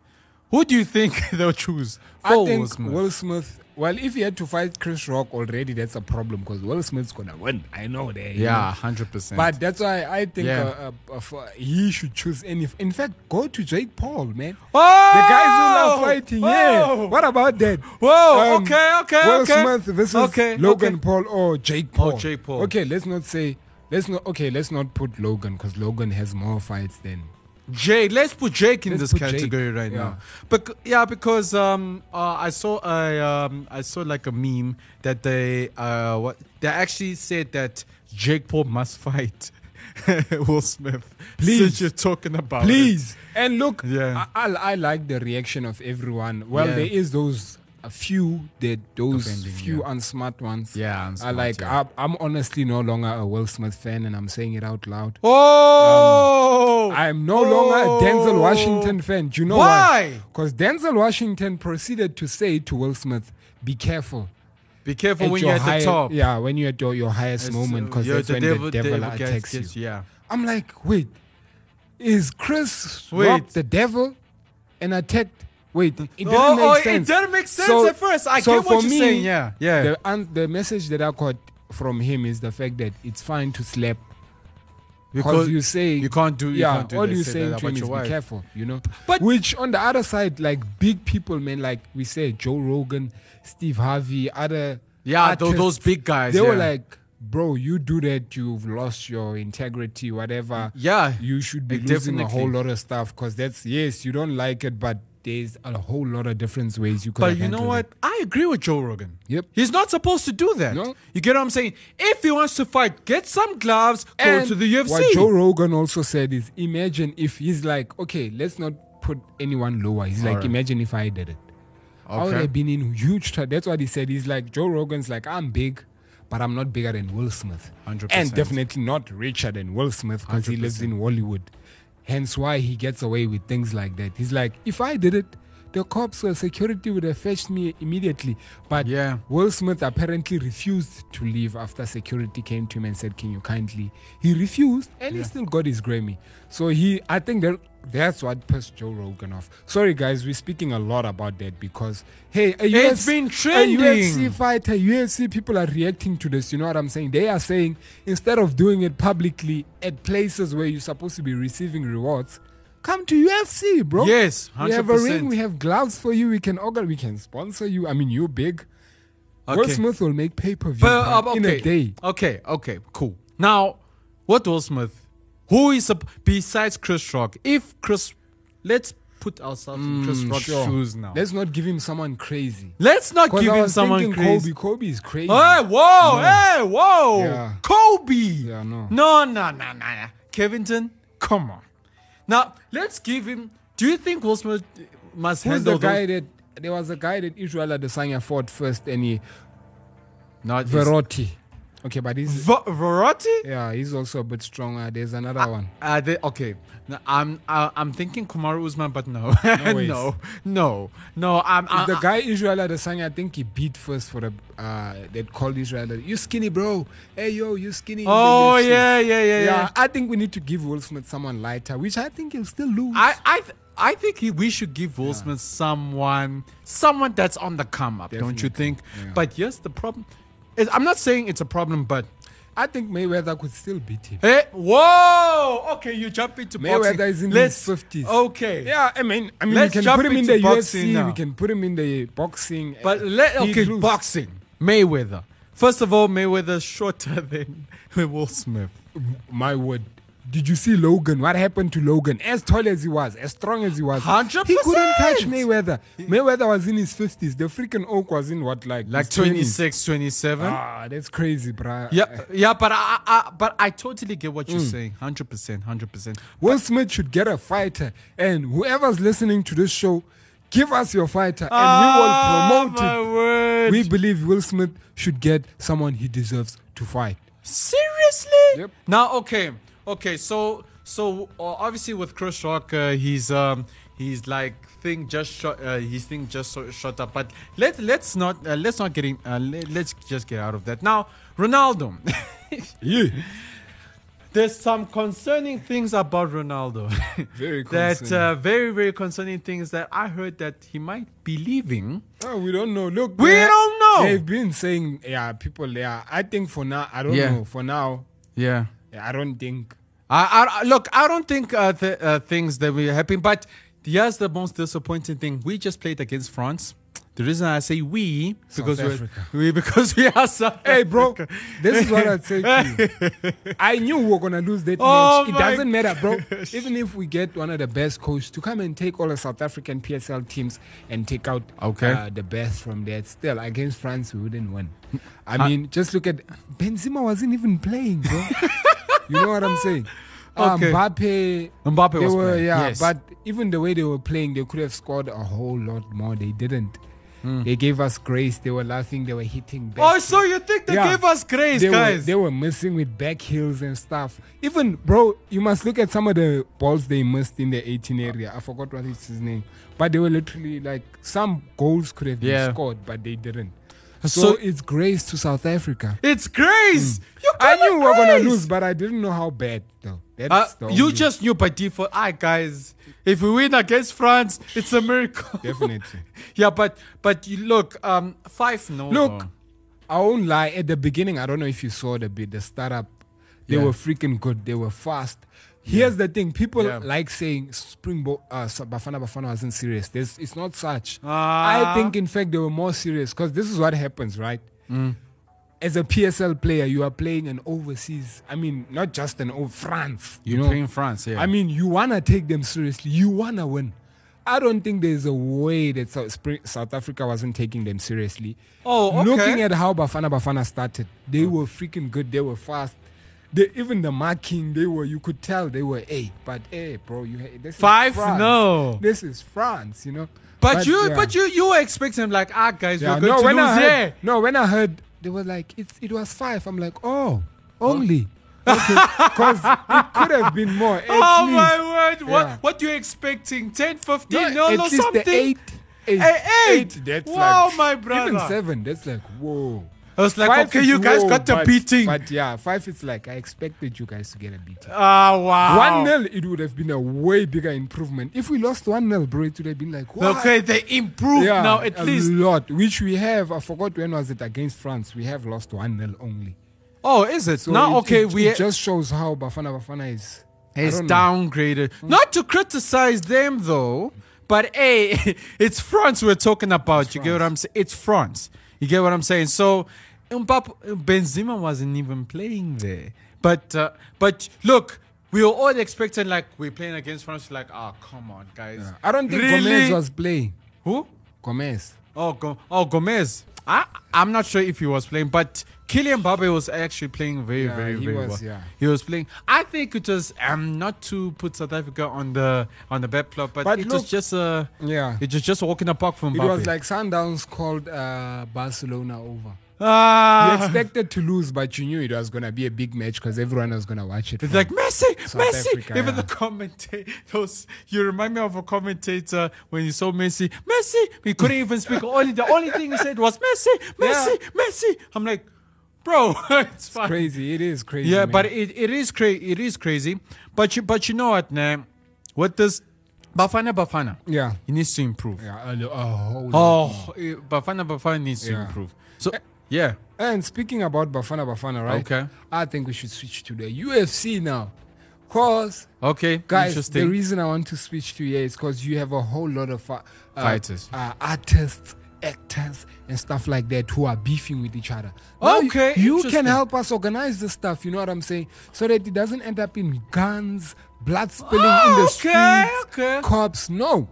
Speaker 4: who do you think [LAUGHS] they'll choose
Speaker 5: I
Speaker 4: for
Speaker 5: think
Speaker 4: Will Smith?
Speaker 5: Well, if he had to fight Chris Rock already, that's a problem because Will Smith's gonna win. I know that. you
Speaker 4: yeah,
Speaker 5: know.
Speaker 4: hundred percent.
Speaker 5: But that's why I think
Speaker 4: Yeah.
Speaker 5: uh, uh, uh, for- he should choose any. In fact, go to Jake Paul, man.
Speaker 4: oh,
Speaker 5: The guys who love fighting, yeah.
Speaker 4: Whoa!
Speaker 5: What about that? Um,
Speaker 4: Whoa, okay, okay,
Speaker 5: Will
Speaker 4: okay.
Speaker 5: Smith versus
Speaker 4: Okay,
Speaker 5: Logan
Speaker 4: okay.
Speaker 5: Paul or Jake Paul.
Speaker 4: Jake Paul.
Speaker 5: Okay, let's not say let's not. Okay, let's not put Logan because Logan has more fights than.
Speaker 4: Jake, let's put Jake in
Speaker 5: Let's
Speaker 4: this
Speaker 5: put Jake,
Speaker 4: category right
Speaker 5: yeah.
Speaker 4: now. But yeah, because um, uh, I saw I um, I saw like a meme that they uh, what they actually said that Jake Paul must fight [LAUGHS] Will Smith.
Speaker 5: Please.
Speaker 4: since you're talking about it.
Speaker 5: Please and look,
Speaker 4: Yeah.
Speaker 5: I, I, I like the reaction of everyone. Well,
Speaker 4: Yeah.
Speaker 5: there is those a few that those
Speaker 4: Offending,
Speaker 5: few
Speaker 4: yeah.
Speaker 5: unsmart ones.
Speaker 4: Yeah,
Speaker 5: I
Speaker 4: unsmart,
Speaker 5: like.
Speaker 4: yeah.
Speaker 5: I, I'm honestly no longer a Will Smith fan, and I'm saying it out loud.
Speaker 4: Oh,
Speaker 5: I'm Um, no longer a Denzel Washington fan. Do you know why?
Speaker 4: Why?
Speaker 5: Because Denzel Washington proceeded to say to Will Smith, "Be careful
Speaker 4: Be careful when
Speaker 5: your
Speaker 4: you're at
Speaker 5: high-
Speaker 4: the top.
Speaker 5: Yeah, when you're at your, your highest
Speaker 4: It's,
Speaker 5: moment,
Speaker 4: uh,
Speaker 5: because
Speaker 4: you're
Speaker 5: that's
Speaker 4: the
Speaker 5: when
Speaker 4: devil-
Speaker 5: the devil
Speaker 4: devil gets-
Speaker 5: attacks
Speaker 4: gets-
Speaker 5: you."
Speaker 4: yeah.
Speaker 5: I'm like, wait, is Chris
Speaker 4: Wait.
Speaker 5: Rock the devil and attacked? Wait, it didn't
Speaker 4: Oh,
Speaker 5: make
Speaker 4: oh, it
Speaker 5: sense.
Speaker 4: didn't make sense at first. I
Speaker 5: so
Speaker 4: get what
Speaker 5: for
Speaker 4: you're
Speaker 5: me,
Speaker 4: saying, yeah, yeah.
Speaker 5: The, an- the message that I got from him is the fact that it's fine to slap because you say
Speaker 4: you can't do. You
Speaker 5: yeah,
Speaker 4: can't do
Speaker 5: all
Speaker 4: this,
Speaker 5: you
Speaker 4: say
Speaker 5: saying
Speaker 4: that
Speaker 5: to
Speaker 4: about
Speaker 5: him is
Speaker 4: your wife.
Speaker 5: be careful, you know.
Speaker 4: But-
Speaker 5: which on the other side, like big people, man, like we said, Joe Rogan, Steve Harvey, other
Speaker 4: Yeah, tho- those
Speaker 5: artists,
Speaker 4: big guys,
Speaker 5: They were
Speaker 4: yeah.
Speaker 5: like, bro, you do that, you've lost your integrity, whatever.
Speaker 4: Yeah,
Speaker 5: you should be
Speaker 4: like,
Speaker 5: losing a
Speaker 4: definitely.
Speaker 5: whole lot of stuff because that's yes, you don't like it, but there's a whole lot of different ways you could.
Speaker 4: But
Speaker 5: have
Speaker 4: you know
Speaker 5: handled
Speaker 4: what?
Speaker 5: it.
Speaker 4: I agree with Joe Rogan.
Speaker 5: Yep.
Speaker 4: He's not supposed to do that.
Speaker 5: No.
Speaker 4: You get what I'm saying? If he wants to fight, get some gloves, go
Speaker 5: And
Speaker 4: to the UFC.
Speaker 5: What Joe Rogan also said is, imagine if he's like, okay, let's not put anyone lower. He's like,
Speaker 4: Alright.
Speaker 5: imagine if I did it. I would
Speaker 4: Okay.
Speaker 5: have been in huge trouble. That's what he said. He's like, Joe Rogan's like, I'm big, but I'm not bigger than Will Smith.
Speaker 4: 100%.
Speaker 5: And definitely not richer than Will Smith because he lives in Hollywood. Hence why he gets away with things like that. He's like, if I did it, the cops or security would have fetched me immediately. But yeah. Will Smith apparently refused to leave after security came to him and said, Can you kindly? He refused and he
Speaker 4: Yeah.
Speaker 5: still got his Grammy. So he, I think that that's what pissed Joe Rogan off. Sorry, guys, we're speaking a lot about that because, hey, a
Speaker 4: It's
Speaker 5: UFC
Speaker 4: been
Speaker 5: a
Speaker 4: trending.
Speaker 5: UFC fighter, UFC people are reacting to this. You know what I'm saying? They are saying instead of doing it publicly at places where you're supposed to be receiving rewards, come to UFC, bro.
Speaker 4: Yes,
Speaker 5: we have a
Speaker 4: 100%.
Speaker 5: ring, we have gloves for you, we can organ, we can sponsor you. I mean, you're big. Will
Speaker 4: Okay.
Speaker 5: Smith will make pay per view
Speaker 4: But, uh, okay.
Speaker 5: in a day.
Speaker 4: Okay, okay, cool. Now, what Will Smith? Who is a, besides Chris Rock? If Chris, let's put ourselves in Chris
Speaker 5: Mm,
Speaker 4: Rock's
Speaker 5: sure.
Speaker 4: shoes now.
Speaker 5: Let's not give him someone crazy.
Speaker 4: Let's not
Speaker 5: 'Cause
Speaker 4: give
Speaker 5: I
Speaker 4: him
Speaker 5: was
Speaker 4: someone
Speaker 5: thinking
Speaker 4: crazy. Oh,
Speaker 5: Kobe. Kobe is crazy.
Speaker 4: Hey, whoa,
Speaker 5: No.
Speaker 4: hey, whoa.
Speaker 5: Yeah.
Speaker 4: Kobe.
Speaker 5: Yeah, no.
Speaker 4: No, no, no, no, no. Kevinton, come on. Now, let's give him. Do you think Will Smith must
Speaker 5: Who's
Speaker 4: handle
Speaker 5: the guy
Speaker 4: those-
Speaker 5: that there was a guy that Israel Adesanya fought first and he
Speaker 4: Not
Speaker 5: Verotti. Okay, but he's
Speaker 4: Va- Verotti?
Speaker 5: yeah, he's also a bit stronger. There's another one.
Speaker 4: Uh, they, okay, No, I'm uh, I'm thinking Kamaru Usman, but no, [LAUGHS] no,
Speaker 5: ways.
Speaker 4: no, no, I'm, I,
Speaker 5: If the guy Israel Adesanya, I think he beat first for the uh that called Israel. Ade- You skinny bro. Hey yo, you skinny. in the
Speaker 4: Oh,
Speaker 5: UFC."
Speaker 4: yeah, yeah, yeah, yeah.
Speaker 5: I think we need to give Will Smith someone lighter, which I think he'll still lose.
Speaker 4: I I, th- I think he, we should give Will Smith someone someone that's on the come up, don't you think? But yes, the problem. Is, I'm not saying it's a problem, but
Speaker 5: I think Mayweather could still beat him.
Speaker 4: hey, whoa, okay, you jump into boxing.
Speaker 5: Mayweather is in
Speaker 4: Let's-
Speaker 5: his 50s.
Speaker 4: Okay,
Speaker 5: Yeah, I mean, I mean,
Speaker 4: Let's
Speaker 5: we can
Speaker 4: jump
Speaker 5: put him in
Speaker 4: into
Speaker 5: the
Speaker 4: boxing
Speaker 5: UFC.
Speaker 4: now.
Speaker 5: We can put him in the boxing.
Speaker 4: But
Speaker 5: uh,
Speaker 4: let
Speaker 5: he'd
Speaker 4: okay,
Speaker 5: lose.
Speaker 4: boxing Mayweather. First of all, Mayweather's shorter [LAUGHS] than Will Smith.
Speaker 5: My word. Did you see Logan? What happened to Logan? As tall as he was, as strong as he was,
Speaker 4: 100%.
Speaker 5: he couldn't touch Mayweather. Mayweather was in his fifties. The freaking Oak was in what, like,
Speaker 4: Like
Speaker 5: his 20s?
Speaker 4: 26, 27.
Speaker 5: Ah, that's crazy, bruh.
Speaker 4: yeah, yeah, but I, I, but I totally get what you're
Speaker 5: Mm.
Speaker 4: saying. 100%, 100%.
Speaker 5: Will Smith should get a fighter, and whoever's listening to this show, give us your fighter, and we will promote it.
Speaker 4: Ah, word.
Speaker 5: We believe Will Smith should get someone he deserves to fight.
Speaker 4: Seriously?
Speaker 5: Yep.
Speaker 4: Now, okay, okay. So, so uh, obviously with Chris Rock, uh, he's um, he's like thing just shot. Uh, his thing just so, shot up. But let let's not uh, let's not get in, uh, let, let's just get out of that. Now, Ronaldo. [LAUGHS]
Speaker 5: Yeah.
Speaker 4: There's some concerning things about Ronaldo.
Speaker 5: [LAUGHS] Very
Speaker 4: that
Speaker 5: concerning.
Speaker 4: uh, very very concerning things that I heard that he might be leaving.
Speaker 5: Oh, we don't know. Look,
Speaker 4: We
Speaker 5: they-
Speaker 4: don't know.
Speaker 5: They've been saying, yeah, people there. I think for now, I don't
Speaker 4: Yeah.
Speaker 5: know. For now,
Speaker 4: Yeah.
Speaker 5: I don't think.
Speaker 4: I, I- I- look, I don't think uh, th- uh, things that will happen, but here's the most disappointing thing: we just played against France. The reason I say we because we're,
Speaker 5: Africa.
Speaker 4: we because we are South
Speaker 5: [LAUGHS] Hey, bro,
Speaker 4: Africa.
Speaker 5: this is what I'd say to you. I knew we were going to lose that
Speaker 4: [LAUGHS] Oh
Speaker 5: match. It
Speaker 4: my
Speaker 5: doesn't matter,
Speaker 4: [LAUGHS]
Speaker 5: bro. Even if we get one of the best coaches to come and take all the South African PSL teams and take out
Speaker 4: Okay.
Speaker 5: uh, the best from there, still, against France, we wouldn't
Speaker 4: [LAUGHS]
Speaker 5: win. I mean, just look at Benzema wasn't even playing,
Speaker 4: [LAUGHS]
Speaker 5: bro. you know what I'm saying? Um,
Speaker 4: Okay.
Speaker 5: Mbappe,
Speaker 4: Mbappe
Speaker 5: they
Speaker 4: was
Speaker 5: were,
Speaker 4: playing,
Speaker 5: yeah,
Speaker 4: yes.
Speaker 5: but even the way they were playing, they could have scored a whole lot more. They didn't.
Speaker 4: Hmm.
Speaker 5: They gave us grace. They were laughing. They were hitting back.
Speaker 4: [LAUGHS] Oh, so you think they
Speaker 5: Yeah.
Speaker 4: gave us grace,
Speaker 5: They
Speaker 4: guys?
Speaker 5: Were, they were missing with back heels and stuff. Even bro, you must look at some of the balls they missed in the 18 area. I forgot what is his name, but they were literally like some goals could have been
Speaker 4: Yeah.
Speaker 5: scored, but they didn't.
Speaker 4: So-
Speaker 5: So, it's grace to South Africa.
Speaker 4: it's grace. You
Speaker 5: Mm. I
Speaker 4: gave
Speaker 5: knew we
Speaker 4: us
Speaker 5: were gonna
Speaker 4: grace.
Speaker 5: lose, but I didn't know how bad though.
Speaker 4: Uh,
Speaker 5: That's the
Speaker 4: you
Speaker 5: only-
Speaker 4: just knew by default. All right, guys. If we win against France, it's a miracle.
Speaker 5: Definitely.
Speaker 4: [LAUGHS] yeah, but but you look, um, five no.
Speaker 5: Look, I won't lie. At the beginning, I don't know if you saw the bit, the startup. They
Speaker 4: Yeah.
Speaker 5: were freaking good. They were fast. Here's the thing: people
Speaker 4: Yeah.
Speaker 5: like saying Springbok, uh, so- Bafana Bafana wasn't serious. This it's not such.
Speaker 4: Ah.
Speaker 5: I think, in fact, they were more serious because this is what happens, right?
Speaker 4: Mm.
Speaker 5: As a PSL player, you are playing an overseas. I mean, not just an old France. You
Speaker 4: You're
Speaker 5: know,
Speaker 4: playing France, yeah.
Speaker 5: I mean, you wanna take them seriously. You wanna win. I don't think there's a way that South, Spring- South Africa wasn't taking them seriously.
Speaker 4: Oh, okay. Hmm.
Speaker 5: Looking at how Bafana Bafana started, they were freaking good. They were fast. They, even the marking, they were. You could tell they were a. But hey, bro, you ha- this
Speaker 4: Five?
Speaker 5: Is France.
Speaker 4: No.
Speaker 5: this is France. You know.
Speaker 4: But, you,
Speaker 5: yeah.
Speaker 4: but you, you were expecting like, ah, guys,
Speaker 5: Yeah,
Speaker 4: we're going to
Speaker 5: when
Speaker 4: lose.
Speaker 5: I heard,
Speaker 4: yeah.
Speaker 5: No, when I heard they were like, it's it was five. I'm like, oh,
Speaker 4: [LAUGHS]
Speaker 5: only. Because it could have been more. At
Speaker 4: Oh
Speaker 5: least.
Speaker 4: my word! What
Speaker 5: Yeah.
Speaker 4: what you expecting? 10, 15, no,
Speaker 5: at
Speaker 4: no,
Speaker 5: least
Speaker 4: something.
Speaker 5: the eight. eight.
Speaker 4: Hey, eight.
Speaker 5: Eight, that's
Speaker 4: Wow,
Speaker 5: like,
Speaker 4: my brother.
Speaker 5: Even seven, that's like, whoa.
Speaker 4: I was like, okay,
Speaker 5: is
Speaker 4: you guys
Speaker 5: whoa,
Speaker 4: got a
Speaker 5: but-
Speaker 4: beating.
Speaker 5: But yeah, five, it's like, I expected you guys to get a beating.
Speaker 4: Ah, wow.
Speaker 5: One nil, it would have been a way bigger improvement. If we lost one nil, bro, it would have been like, what?
Speaker 4: Okay, they improved
Speaker 5: Yeah,
Speaker 4: now at
Speaker 5: a
Speaker 4: least.
Speaker 5: lot, which we have. I forgot when was it against France. We have lost one nil only.
Speaker 4: Oh, is it? now,
Speaker 5: it-
Speaker 4: okay,
Speaker 5: it,
Speaker 4: we
Speaker 5: it just shows how Bafana Bafana is. I
Speaker 4: It's
Speaker 5: don't know.
Speaker 4: downgraded. Not to criticize them though, but hey, [LAUGHS] it's France we're talking about. you get what I'm saying? It's France. You get what I'm saying? So Mbappe, Benzema wasn't even playing there. But uh, but look, we were all expecting like we're playing against France. Like, ah, come on, guys.
Speaker 5: I don't think Gomez was playing.
Speaker 4: who?
Speaker 5: Gomez.
Speaker 4: Oh, Go- oh, Gomez. I I'm not sure if he was playing, but Kylian Mbappe was actually playing very,
Speaker 5: Yeah,
Speaker 4: very,
Speaker 5: he
Speaker 4: very
Speaker 5: was,
Speaker 4: well.
Speaker 5: yeah.
Speaker 4: He was playing. I think it was um not to put South Africa on the on the bad plot, but,
Speaker 5: But
Speaker 4: it was
Speaker 5: look-
Speaker 4: just a
Speaker 5: Yeah.
Speaker 4: it was just walking a park from
Speaker 5: It
Speaker 4: Mbappe.
Speaker 5: was like Sundowns called uh, Barcelona
Speaker 4: [LAUGHS]
Speaker 5: over.
Speaker 4: ah,
Speaker 5: you expected to lose, but you knew it was going to be a big match because everyone was going to
Speaker 4: [LAUGHS]
Speaker 5: watch it.
Speaker 4: [LAUGHS] It's
Speaker 5: from-
Speaker 4: like Messi,
Speaker 5: South
Speaker 4: Messi.
Speaker 5: Africa,
Speaker 4: Even
Speaker 5: yeah.
Speaker 4: the commentator, those you remind me of a commentator when you saw Messi, Messi. He couldn't even speak. Only the only thing he said was
Speaker 5: [LAUGHS]
Speaker 4: Messi, Messi, Messi. I'm like, bro, [LAUGHS] it's fine.
Speaker 5: crazy. It is crazy.
Speaker 4: Yeah, but
Speaker 5: man.
Speaker 4: it, it is crazy. It is crazy. But you but you know what, man? What this Bafana Bafana?
Speaker 5: Yeah.
Speaker 4: He needs to improve.
Speaker 5: Yeah, a, lo- a whole lot.
Speaker 4: Oh, eh, Bafana Bafana needs to
Speaker 5: Yeah. Eh.
Speaker 4: improve. So yeah,
Speaker 5: And speaking about Bafana Bafana, right?
Speaker 4: Okay.
Speaker 5: I think we should switch to the UFC now. Because,
Speaker 4: okay,
Speaker 5: guys, the
Speaker 4: interesting.
Speaker 5: reason I want to switch to here is because you have a whole lot of uh, uh,
Speaker 4: Fighters.
Speaker 5: uh, artists, actors, and stuff like that who are beefing with each other. Now you-
Speaker 4: Okay,
Speaker 5: You
Speaker 4: interesting.
Speaker 5: can help us organize this stuff, you know what I'm saying? So that it doesn't end up in guns, blood spilling in the
Speaker 4: Okay,
Speaker 5: streets,
Speaker 4: okay.
Speaker 5: cops. No.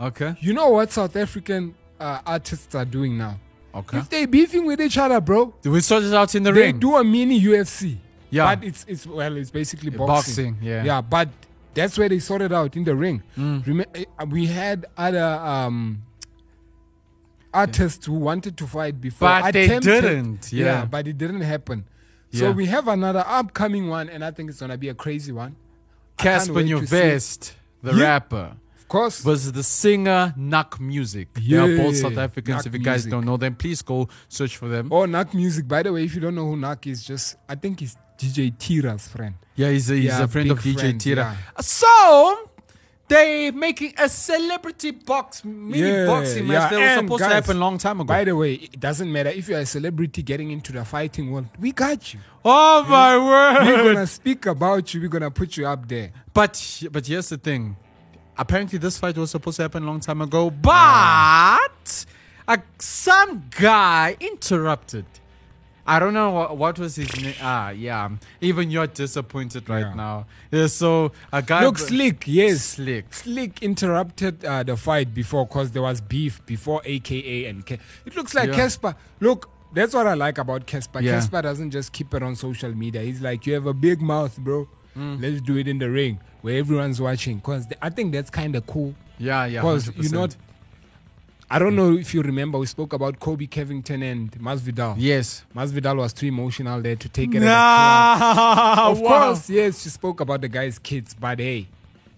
Speaker 4: okay,
Speaker 5: You know what South African uh, artists are doing now?
Speaker 4: okay.
Speaker 5: If they beefing with each other, bro,
Speaker 4: we sort it out in the
Speaker 5: they
Speaker 4: ring.
Speaker 5: do a mini UFC.
Speaker 4: Yeah.
Speaker 5: But it's it's well, it's basically
Speaker 4: Yeah,
Speaker 5: boxing.
Speaker 4: boxing, yeah. Mm.
Speaker 5: Yeah, but that's where they sorted out in the ring. Remem- eh, we had other um artists who wanted to fight before.
Speaker 4: But they
Speaker 5: attempted-
Speaker 4: didn't, yeah.
Speaker 5: but it didn't happen. So
Speaker 4: Yeah.
Speaker 5: we have another upcoming one, and I think it's gonna be a crazy one. I can't
Speaker 4: Casper
Speaker 5: wait to see it.
Speaker 4: Newvest, the
Speaker 5: Yeah.
Speaker 4: rapper.
Speaker 5: Of course.
Speaker 4: was the singer Nak Music. They are both
Speaker 5: Yeah,
Speaker 4: South Africans.
Speaker 5: Nak
Speaker 4: if you guys
Speaker 5: Music.
Speaker 4: don't know them, please go search for them.
Speaker 5: Oh, Nak Music. By the way, if you don't know who Nak is, just I think he's DJ Tira's friend.
Speaker 4: Yeah, he's a, he's
Speaker 5: Yeah,
Speaker 4: a friend
Speaker 5: big
Speaker 4: of DJ
Speaker 5: friend,
Speaker 4: Tira.
Speaker 5: yeah.
Speaker 4: So they making a celebrity box mini boxing match that was
Speaker 5: and
Speaker 4: supposed to
Speaker 5: guys,
Speaker 4: happen long time ago.
Speaker 5: By the way, it doesn't matter if you're a celebrity getting into the fighting world. We got you.
Speaker 4: oh my
Speaker 5: We're
Speaker 4: word!
Speaker 5: gonna speak about you. We're gonna put you up there.
Speaker 4: But but here's the thing. Apparently, this fight was supposed to happen a long time ago, but uh, some guy interrupted. I don't know what, what was his name. Ah, yeah. Even you're disappointed right
Speaker 5: Yeah.
Speaker 4: now. Yeah, so a guy
Speaker 5: Look, Slick. Yes,
Speaker 4: Slick.
Speaker 5: Slick interrupted uh, the fight before because there was beef before AKA and Ke- it looks like
Speaker 4: Yeah.
Speaker 5: Casper. Look. That's what I like about Casper.
Speaker 4: Yeah.
Speaker 5: Casper doesn't just keep it on social media. He's like, you have a big mouth, bro.
Speaker 4: Mm.
Speaker 5: Let's do it in the ring where everyone's watching. Cause th- I think that's kind of cool.
Speaker 4: Yeah, yeah.
Speaker 5: Because
Speaker 4: 100%.
Speaker 5: you know, I don't know if you remember, we spoke about Kobe Covington and Masvidal.
Speaker 4: Yes.
Speaker 5: Masvidal was too emotional there to take it. at the
Speaker 4: Nah,
Speaker 5: club. Of
Speaker 4: Oh, wow.
Speaker 5: course, yes, she spoke about the guy's kids, but hey,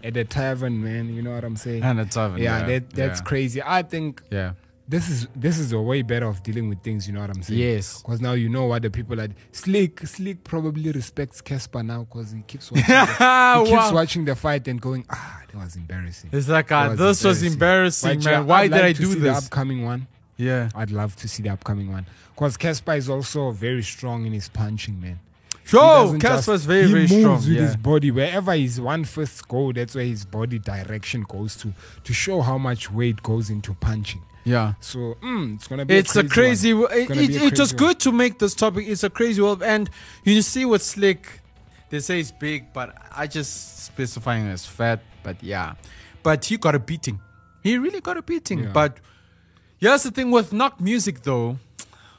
Speaker 5: at the tavern, man, you know what I'm saying?
Speaker 4: And it's over.
Speaker 5: yeah, that, that's
Speaker 4: yeah.
Speaker 5: crazy. I think
Speaker 4: [LAUGHS] Yeah.
Speaker 5: this is this is a way better of dealing with things. You know what I'm saying?
Speaker 4: Yes.
Speaker 5: Because now you know what the people are. Slick, Slick probably respects Casper now because he
Speaker 4: [LAUGHS]
Speaker 5: keeps watching. the, he keeps
Speaker 4: Wow.
Speaker 5: watching the fight and going, ah, that was embarrassing.
Speaker 4: It's like, ah,
Speaker 5: That
Speaker 4: this was embarrassing,
Speaker 5: But
Speaker 4: man.
Speaker 5: yeah,
Speaker 4: Why did
Speaker 5: I'd like
Speaker 4: I
Speaker 5: to
Speaker 4: do
Speaker 5: see The
Speaker 4: this?
Speaker 5: upcoming one.
Speaker 4: Yeah.
Speaker 5: I'd love to see the upcoming one because Casper is also very strong in his punching, man. He
Speaker 4: Sure,
Speaker 5: doesn't just-
Speaker 4: Casper's very,
Speaker 5: he
Speaker 4: very
Speaker 5: moves
Speaker 4: strong.
Speaker 5: with
Speaker 4: Yeah.
Speaker 5: his body. Wherever his one fist go, that's where his body direction goes to, to show how much weight goes into punching.
Speaker 4: yeah.
Speaker 5: So mm, it's gonna be.
Speaker 4: It's a crazy.
Speaker 5: one.
Speaker 4: wo-
Speaker 5: It's
Speaker 4: It,
Speaker 5: gonna be
Speaker 4: it,
Speaker 5: a
Speaker 4: it was
Speaker 5: crazy one.
Speaker 4: good to make this topic. It's a crazy world, and you see what Slick. They say he's big, but I just specifying as fat. But yeah, but he got a beating. He really got a beating.
Speaker 5: Yeah.
Speaker 4: But here's the thing with knock music, though.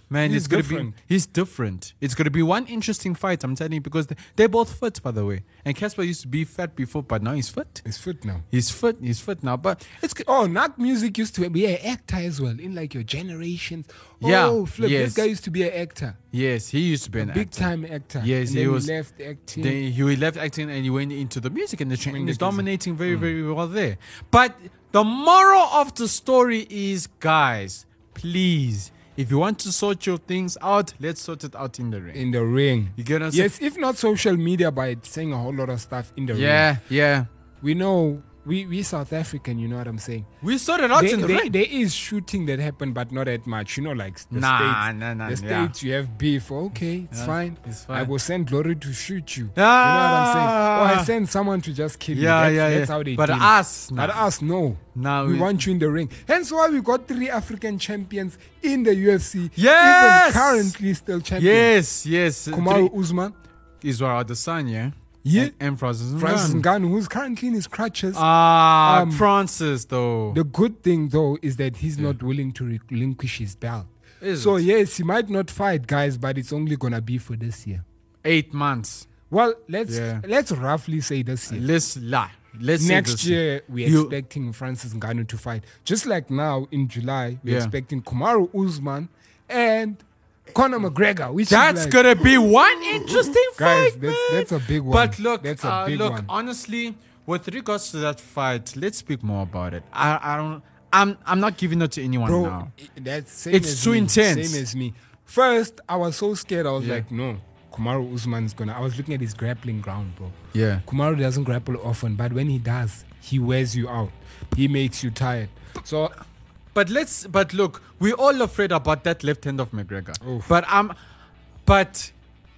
Speaker 4: Man,
Speaker 5: He's
Speaker 4: it's gonna
Speaker 5: different.
Speaker 4: be he's different. It's gonna be one interesting fight. I'm telling you because they, they're both fit, by the way. And Casper used to be fat before, but now he's fit.
Speaker 5: It's foot now.
Speaker 4: He's fit. He's fit now. But it's g-
Speaker 5: Oh, not music used to be an actor as well in like your generations.
Speaker 4: Yeah,
Speaker 5: Oh, flip!
Speaker 4: yes.
Speaker 5: This guy used to be an actor,
Speaker 4: yes, he used to be an
Speaker 5: big
Speaker 4: actor.
Speaker 5: time actor.
Speaker 4: Yes,
Speaker 5: and
Speaker 4: he
Speaker 5: then
Speaker 4: was-
Speaker 5: left acting.
Speaker 4: Then he left acting and he went into the music industry and he's
Speaker 5: Music. Mm.
Speaker 4: dominating very, very well there. But The moral of the story is, guys, please, if you want to sort your things out, let's sort it out in the ring.
Speaker 5: In the ring.
Speaker 4: You get what I'm saying?
Speaker 5: Yes, if not social media by saying a whole lot of stuff in the
Speaker 4: Yeah,
Speaker 5: ring.
Speaker 4: yeah.
Speaker 5: We know we we South African, you know what I'm saying?
Speaker 4: We sorted out
Speaker 5: There-
Speaker 4: in the
Speaker 5: there-
Speaker 4: ring.
Speaker 5: There is shooting that happened, but not that much. You know, like the
Speaker 4: Nah,
Speaker 5: states.
Speaker 4: nah, nah,
Speaker 5: the
Speaker 4: yeah.
Speaker 5: states you have beef. Okay, it's
Speaker 4: Yeah,
Speaker 5: fine.
Speaker 4: it's
Speaker 5: I
Speaker 4: fine.
Speaker 5: will send glory to shoot you. you know what I'm saying? Or
Speaker 4: Ah.
Speaker 5: I send someone to just kill
Speaker 4: Yeah,
Speaker 5: you. That's,
Speaker 4: yeah,
Speaker 5: that's
Speaker 4: yeah.
Speaker 5: how they
Speaker 4: But
Speaker 5: deal.
Speaker 4: us,
Speaker 5: but
Speaker 4: nah.
Speaker 5: us, no.
Speaker 4: Nah,
Speaker 5: we,
Speaker 4: we-
Speaker 5: want you in the ring. Hence why we got three African champions in the UFC.
Speaker 4: Yes!
Speaker 5: even currently still champion.
Speaker 4: Yes, yes.
Speaker 5: Kamaru
Speaker 4: Three-
Speaker 5: Usman,
Speaker 4: Israel Adesanya.
Speaker 5: Yeah.
Speaker 4: And, and Francis
Speaker 5: Francis
Speaker 4: Ngannou.
Speaker 5: Ngannou, who's currently in his crutches.
Speaker 4: Ah,
Speaker 5: Um,
Speaker 4: Francis though.
Speaker 5: The good thing though is that he's not willing to relinquish his belt.
Speaker 4: Is
Speaker 5: so
Speaker 4: it?
Speaker 5: yes, he might not fight, guys, but it's only gonna be for this year.
Speaker 4: Eight months.
Speaker 5: Well, let's
Speaker 4: Yeah.
Speaker 5: let's roughly say this year.
Speaker 4: Let's lie. Let's say
Speaker 5: Next
Speaker 4: this
Speaker 5: year we're
Speaker 4: You-
Speaker 5: expecting Francis Ngannou to fight. Just like now in July, we're
Speaker 4: Yeah.
Speaker 5: expecting Kamaru Usman and Conor McGregor. Which is
Speaker 4: Mm. That's
Speaker 5: like-
Speaker 4: gonna be one interesting
Speaker 5: Guys,
Speaker 4: fight,
Speaker 5: that's-
Speaker 4: man.
Speaker 5: that's a big one.
Speaker 4: But look,
Speaker 5: That's a
Speaker 4: uh,
Speaker 5: big
Speaker 4: look,
Speaker 5: one.
Speaker 4: honestly, with regards to that fight, let's speak more about it. I, I don't, I'm, I'm not giving it to anyone
Speaker 5: Bro,
Speaker 4: now.
Speaker 5: i- that's same
Speaker 4: It's
Speaker 5: as
Speaker 4: too
Speaker 5: me,
Speaker 4: intense.
Speaker 5: Same as me. First, I was so scared. I was
Speaker 4: Yeah.
Speaker 5: like, no, Kamaru Usman's gonna. I was looking at his grappling ground, bro.
Speaker 4: Yeah.
Speaker 5: Kumaru doesn't grapple often, but when he does, he wears you out. He makes you tired. So
Speaker 4: But let's, but look, we're all afraid about that left hand of McGregor.
Speaker 5: Oof.
Speaker 4: But I'm, but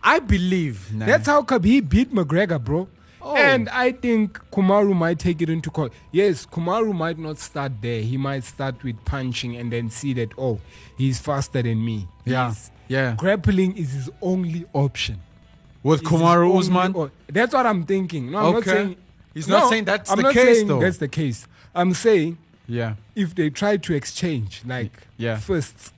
Speaker 4: I believe now.
Speaker 5: that's how Khabib beat McGregor, bro.
Speaker 4: Oh.
Speaker 5: And I think Kumaru might take it into court. Yes, Kumaru might not start there. He might start with punching and then see that, oh, he's faster than me.
Speaker 4: yeah,
Speaker 5: He's-
Speaker 4: yeah.
Speaker 5: Grappling is his only option.
Speaker 4: With
Speaker 5: It's his
Speaker 4: Kumaru
Speaker 5: only
Speaker 4: Usman,
Speaker 5: o- that's what I'm thinking. No, I'm
Speaker 4: Okay.
Speaker 5: not saying.
Speaker 4: He's not
Speaker 5: No,
Speaker 4: saying that's
Speaker 5: I'm
Speaker 4: the
Speaker 5: not
Speaker 4: case,
Speaker 5: saying
Speaker 4: though.
Speaker 5: That's the case. I'm saying
Speaker 4: yeah.
Speaker 5: if they try to exchange like
Speaker 4: yeah. Hmm.
Speaker 5: fists,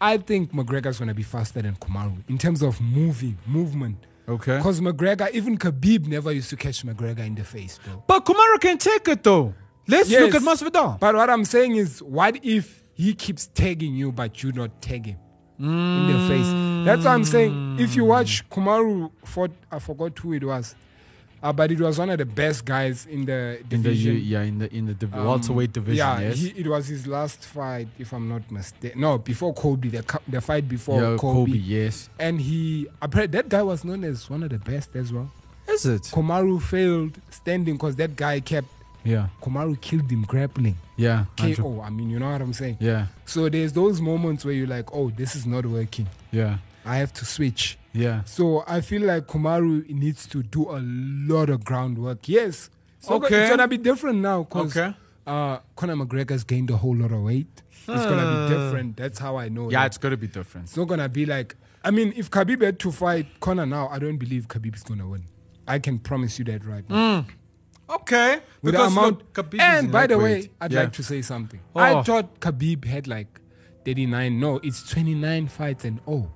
Speaker 5: I think McGregor's gonna be faster than Kumaru in terms of moving movement.
Speaker 4: Okay.
Speaker 5: Because McGregor, even Khabib never used to catch McGregor in the face, bro.
Speaker 4: But Kumaru can take it though. Let's look at
Speaker 5: Yes,
Speaker 4: Masvidal.
Speaker 5: But what I'm saying is, what if he keeps tagging you, but you not tag him in the face? That's what I'm saying. If you watch Kumaru, fought, I forgot who it was, uh, but it was one of the best guys in the
Speaker 4: in the
Speaker 5: division.
Speaker 4: yeah in the in the div-
Speaker 5: Um,
Speaker 4: welterweight division.
Speaker 5: Yeah,
Speaker 4: yes.
Speaker 5: he, it was his last fight, if I'm not mistaken. No, before Kobe, the cu- the fight before
Speaker 4: yeah, Kobe.
Speaker 5: Kobe.
Speaker 4: Yes.
Speaker 5: And he, apparently, that guy was known as one of the best as well.
Speaker 4: Is it?
Speaker 5: Komaru failed standing because that guy kept.
Speaker 4: Yeah.
Speaker 5: Komaru killed him grappling.
Speaker 4: Yeah. Andrew.
Speaker 5: KO. I mean, you know what I'm saying.
Speaker 4: Yeah.
Speaker 5: So there's those moments where you're like, oh, this is not working.
Speaker 4: Yeah.
Speaker 5: I have to switch.
Speaker 4: Yeah.
Speaker 5: So I feel like Komaru needs to do a lot of groundwork. Yes. So
Speaker 4: Okay.
Speaker 5: It's gonna be different now because
Speaker 4: Okay.
Speaker 5: uh, Conor McGregor's gained a whole lot of weight. It's gonna be different. That's how I know.
Speaker 4: Hmm. Yeah,
Speaker 5: that.
Speaker 4: it's gotta be different.
Speaker 5: It's not gonna be like. I mean, if Khabib had to fight Conor now, I don't believe Khabib is gonna win. I can promise you that right now.
Speaker 4: Okay.
Speaker 5: With the
Speaker 4: because
Speaker 5: amount.
Speaker 4: look, Khabib is
Speaker 5: and
Speaker 4: in
Speaker 5: by the
Speaker 4: lightweight.
Speaker 5: way, I'd
Speaker 4: Yeah.
Speaker 5: like to say something.
Speaker 4: Oh.
Speaker 5: I thought Khabib had like 39. No, it's 29 fights and oh.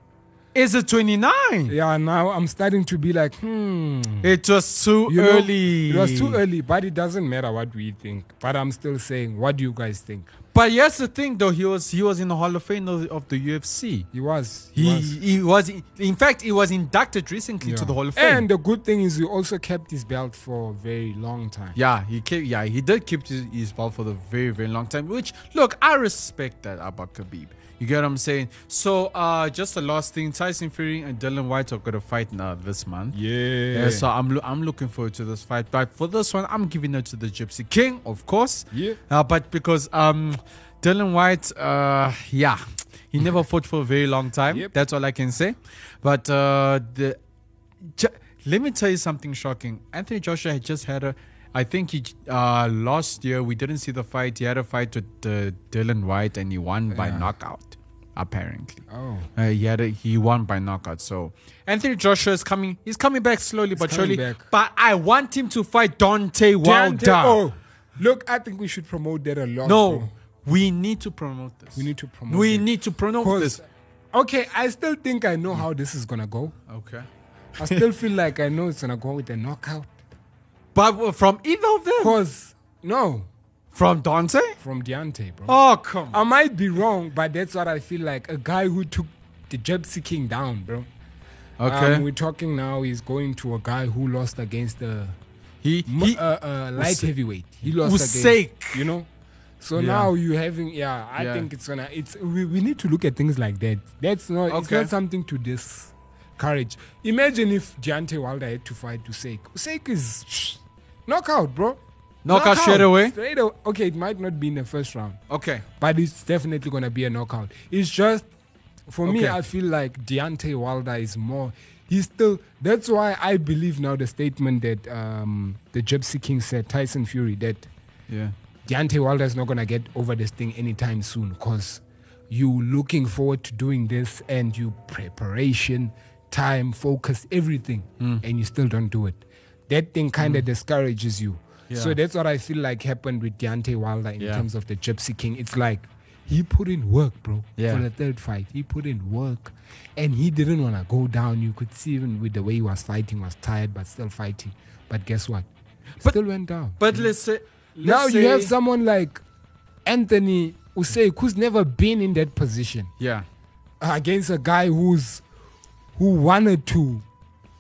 Speaker 4: Is it 29?
Speaker 5: Yeah, now I'm starting to be like, hmm.
Speaker 4: It was too
Speaker 5: you know,
Speaker 4: early.
Speaker 5: it was too early, but it doesn't matter what we think. But I'm still saying, what do you guys think?
Speaker 4: But here's the thing though, he was he was in the Hall of Fame of, of the UFC.
Speaker 5: He was. He,
Speaker 4: He
Speaker 5: was.
Speaker 4: he was in, in fact he was inducted recently to
Speaker 5: Yeah.
Speaker 4: the Hall of Fame.
Speaker 5: And the good thing is, he also kept his belt for a very long time.
Speaker 4: Yeah, he kept. Yeah, he did keep his, his belt for the very, very long time. Which, look, I respect that about Khabib. You get what I'm saying? So, uh, just the last thing, Tyson Fury and Dylan White are gonna fight now this month.
Speaker 5: Yeah.
Speaker 4: Yeah, so I'm loo- I'm looking forward to this fight, but for this one, I'm giving it to the Gypsy King, of course.
Speaker 5: Yeah.
Speaker 4: Uh, but because um, Dylan White, uh, yeah, he never fought for a very long time.
Speaker 5: Yep.
Speaker 4: That's all I can say. But uh, the Ju- let me tell you something shocking. Anthony Joshua had just had a. I think he j- uh, last year we didn't see the fight. He had a fight with uh, Dylan White and he won by knockout. Apparently,
Speaker 5: Oh.
Speaker 4: uh, he had a, he won by knockout. So Anthony Joshua is coming. He's coming back slowly but surely.
Speaker 5: coming back.
Speaker 4: But I want him to fight Dante Wilder.
Speaker 5: Deontay- oh, look, I think we should promote that a lot.
Speaker 4: no,
Speaker 5: bro.
Speaker 4: we need to promote this.
Speaker 5: We need to promote
Speaker 4: We
Speaker 5: it.
Speaker 4: need to promote
Speaker 5: Because-
Speaker 4: this.
Speaker 5: Okay, I still think I know how this is gonna go.
Speaker 4: Okay.
Speaker 5: I still feel like I know it's gonna go with a knockout.
Speaker 4: But uh, from either of them,
Speaker 5: Cause no,
Speaker 4: from Dante.
Speaker 5: from Deontay, bro.
Speaker 4: Oh come on.
Speaker 5: I might be wrong, but that's what I feel like. A guy who took the Gypsy King down, bro.
Speaker 4: Okay.
Speaker 5: Um, we're talking now. He's going to a guy who lost against the
Speaker 4: he,
Speaker 5: mu-
Speaker 4: he
Speaker 5: uh, uh, light
Speaker 4: Usa-
Speaker 5: heavyweight. He lost
Speaker 4: Usyk.
Speaker 5: against you know So
Speaker 4: Yeah.
Speaker 5: now you having yeah, I
Speaker 4: Yeah.
Speaker 5: think it's gonna it's we, we need to look at things like that. That's not it's
Speaker 4: Okay.
Speaker 5: not something to discourage. Imagine if Deontay Wilder had to fight Usyk. Usyk is shh, knockout, bro.
Speaker 4: Knockout straight away?
Speaker 5: Straight away. Okay, it might not be in the first round,
Speaker 4: Okay.
Speaker 5: but it's definitely gonna be a knockout. It's just for me,
Speaker 4: Okay.
Speaker 5: I feel like Deontay Wilder is more. He's still. That's why I believe now the statement that um, the Gypsy King said, Tyson Fury, that
Speaker 4: Yeah.
Speaker 5: Deontay Wilder is not going to get over this thing anytime soon because you looking forward to doing this and you preparation, time, focus, everything,
Speaker 4: Mm.
Speaker 5: and you still don't do it. That thing kind of discourages you.
Speaker 4: Yeah.
Speaker 5: So that's what I feel like happened with Deontay Wilder in
Speaker 4: Yeah.
Speaker 5: terms of the Gypsy King. It's like he put in work, bro,
Speaker 4: Yeah.
Speaker 5: for the third fight. He put in work and he didn't want to go down. You could see even with the way he was fighting, was tired, but still fighting. But guess what? still went down
Speaker 4: But let's say let's
Speaker 5: now you have
Speaker 4: say-
Speaker 5: someone like Anthony Usyk who's never been in that position uh,
Speaker 4: Yeah.
Speaker 5: against a guy who's who wanted to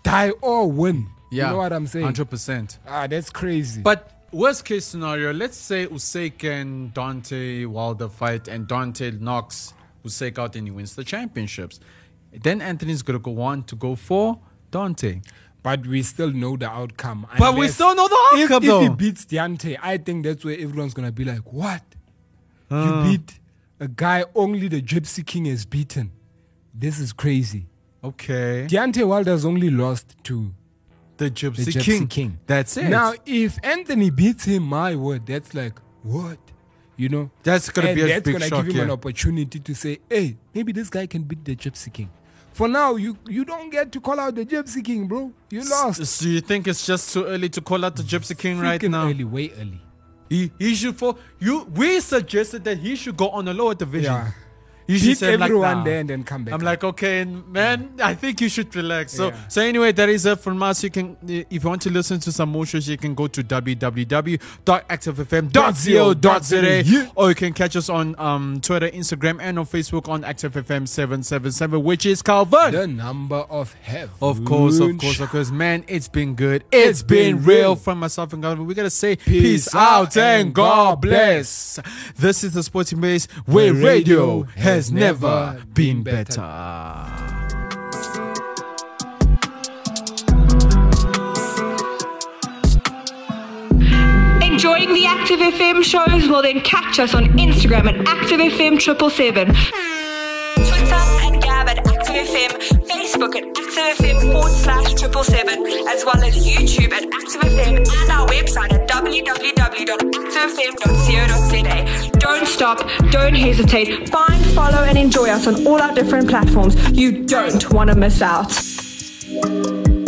Speaker 5: die or win.
Speaker 4: Yeah.
Speaker 5: You know what I'm saying?
Speaker 4: Hundred percent.
Speaker 5: Ah, that's crazy.
Speaker 4: But worst case scenario, let's say Usyk and Dante Wilder fight, and Dante knocks Usyk out and he wins the championships. Then Anthony's gonna go on to go for Dante.
Speaker 5: but we still know the outcome.
Speaker 4: But we
Speaker 5: Unless-
Speaker 4: still know the
Speaker 5: if,
Speaker 4: outcome,
Speaker 5: if
Speaker 4: though.
Speaker 5: he beats Deontay, I think that's where everyone's gonna be like, "What?
Speaker 4: Uh.
Speaker 5: you beat a guy only the Gypsy King has beaten? This is crazy."
Speaker 4: Okay.
Speaker 5: Deontay Wilder's only lost to
Speaker 4: The Gypsy,
Speaker 5: the Gypsy
Speaker 4: King.
Speaker 5: King.
Speaker 4: That's it.
Speaker 5: Now, if Anthony beats him, my word, that's like what, you know?
Speaker 4: That's gonna
Speaker 5: And
Speaker 4: be a
Speaker 5: that's
Speaker 4: big
Speaker 5: gonna
Speaker 4: shock,
Speaker 5: give him an
Speaker 4: yeah.
Speaker 5: opportunity to say, hey, maybe this guy can beat the Gypsy King. For now, you you don't get to call out the Gypsy King, bro. You lost.
Speaker 4: So you think it's just too early to call out the Gypsy King right
Speaker 5: Freaking
Speaker 4: now?
Speaker 5: early, way early.
Speaker 4: He he should for you. We suggested that he should go on a lower division.
Speaker 5: Yeah.
Speaker 4: You should
Speaker 5: Beat
Speaker 4: say, like,
Speaker 5: everyone
Speaker 4: nah.
Speaker 5: there and then come back.
Speaker 4: I'm
Speaker 5: up.
Speaker 4: like, okay, and man, I think you should relax. So,
Speaker 5: Yeah.
Speaker 4: so anyway, that is it from us. You can, if you want to listen to some more shows, you can go to
Speaker 5: Yeah.
Speaker 4: www.activefm.co.za or you can catch us on um, Twitter, Instagram, and on Facebook on ActiveFM777, which is Calvin.
Speaker 5: the number of heaven.
Speaker 4: Of course, of course, of course. Man, it's been good. It's
Speaker 5: It's
Speaker 4: been,
Speaker 5: been
Speaker 4: real.
Speaker 5: real.
Speaker 4: from myself and God. We gotta say peace,
Speaker 5: Peace
Speaker 4: out
Speaker 5: out
Speaker 4: and
Speaker 5: and
Speaker 4: God
Speaker 5: God
Speaker 4: bless. This is the Sporting Base where
Speaker 5: Where radio
Speaker 4: radio has
Speaker 5: has
Speaker 4: never
Speaker 5: never
Speaker 4: been
Speaker 5: been
Speaker 4: better.
Speaker 12: Enjoying the Active FM shows? Well, then catch us on Instagram at Active FM Triple Seven.
Speaker 13: Twitter and Gab at Active FM, Facebook at Active FM forward slash triple seven, as well as YouTube at Active FM and our website at www.activefm.co.za.
Speaker 12: Don't stop. Don't hesitate. Find, follow, and enjoy us on all our different platforms. You don't want to miss out.
Speaker 13: Don't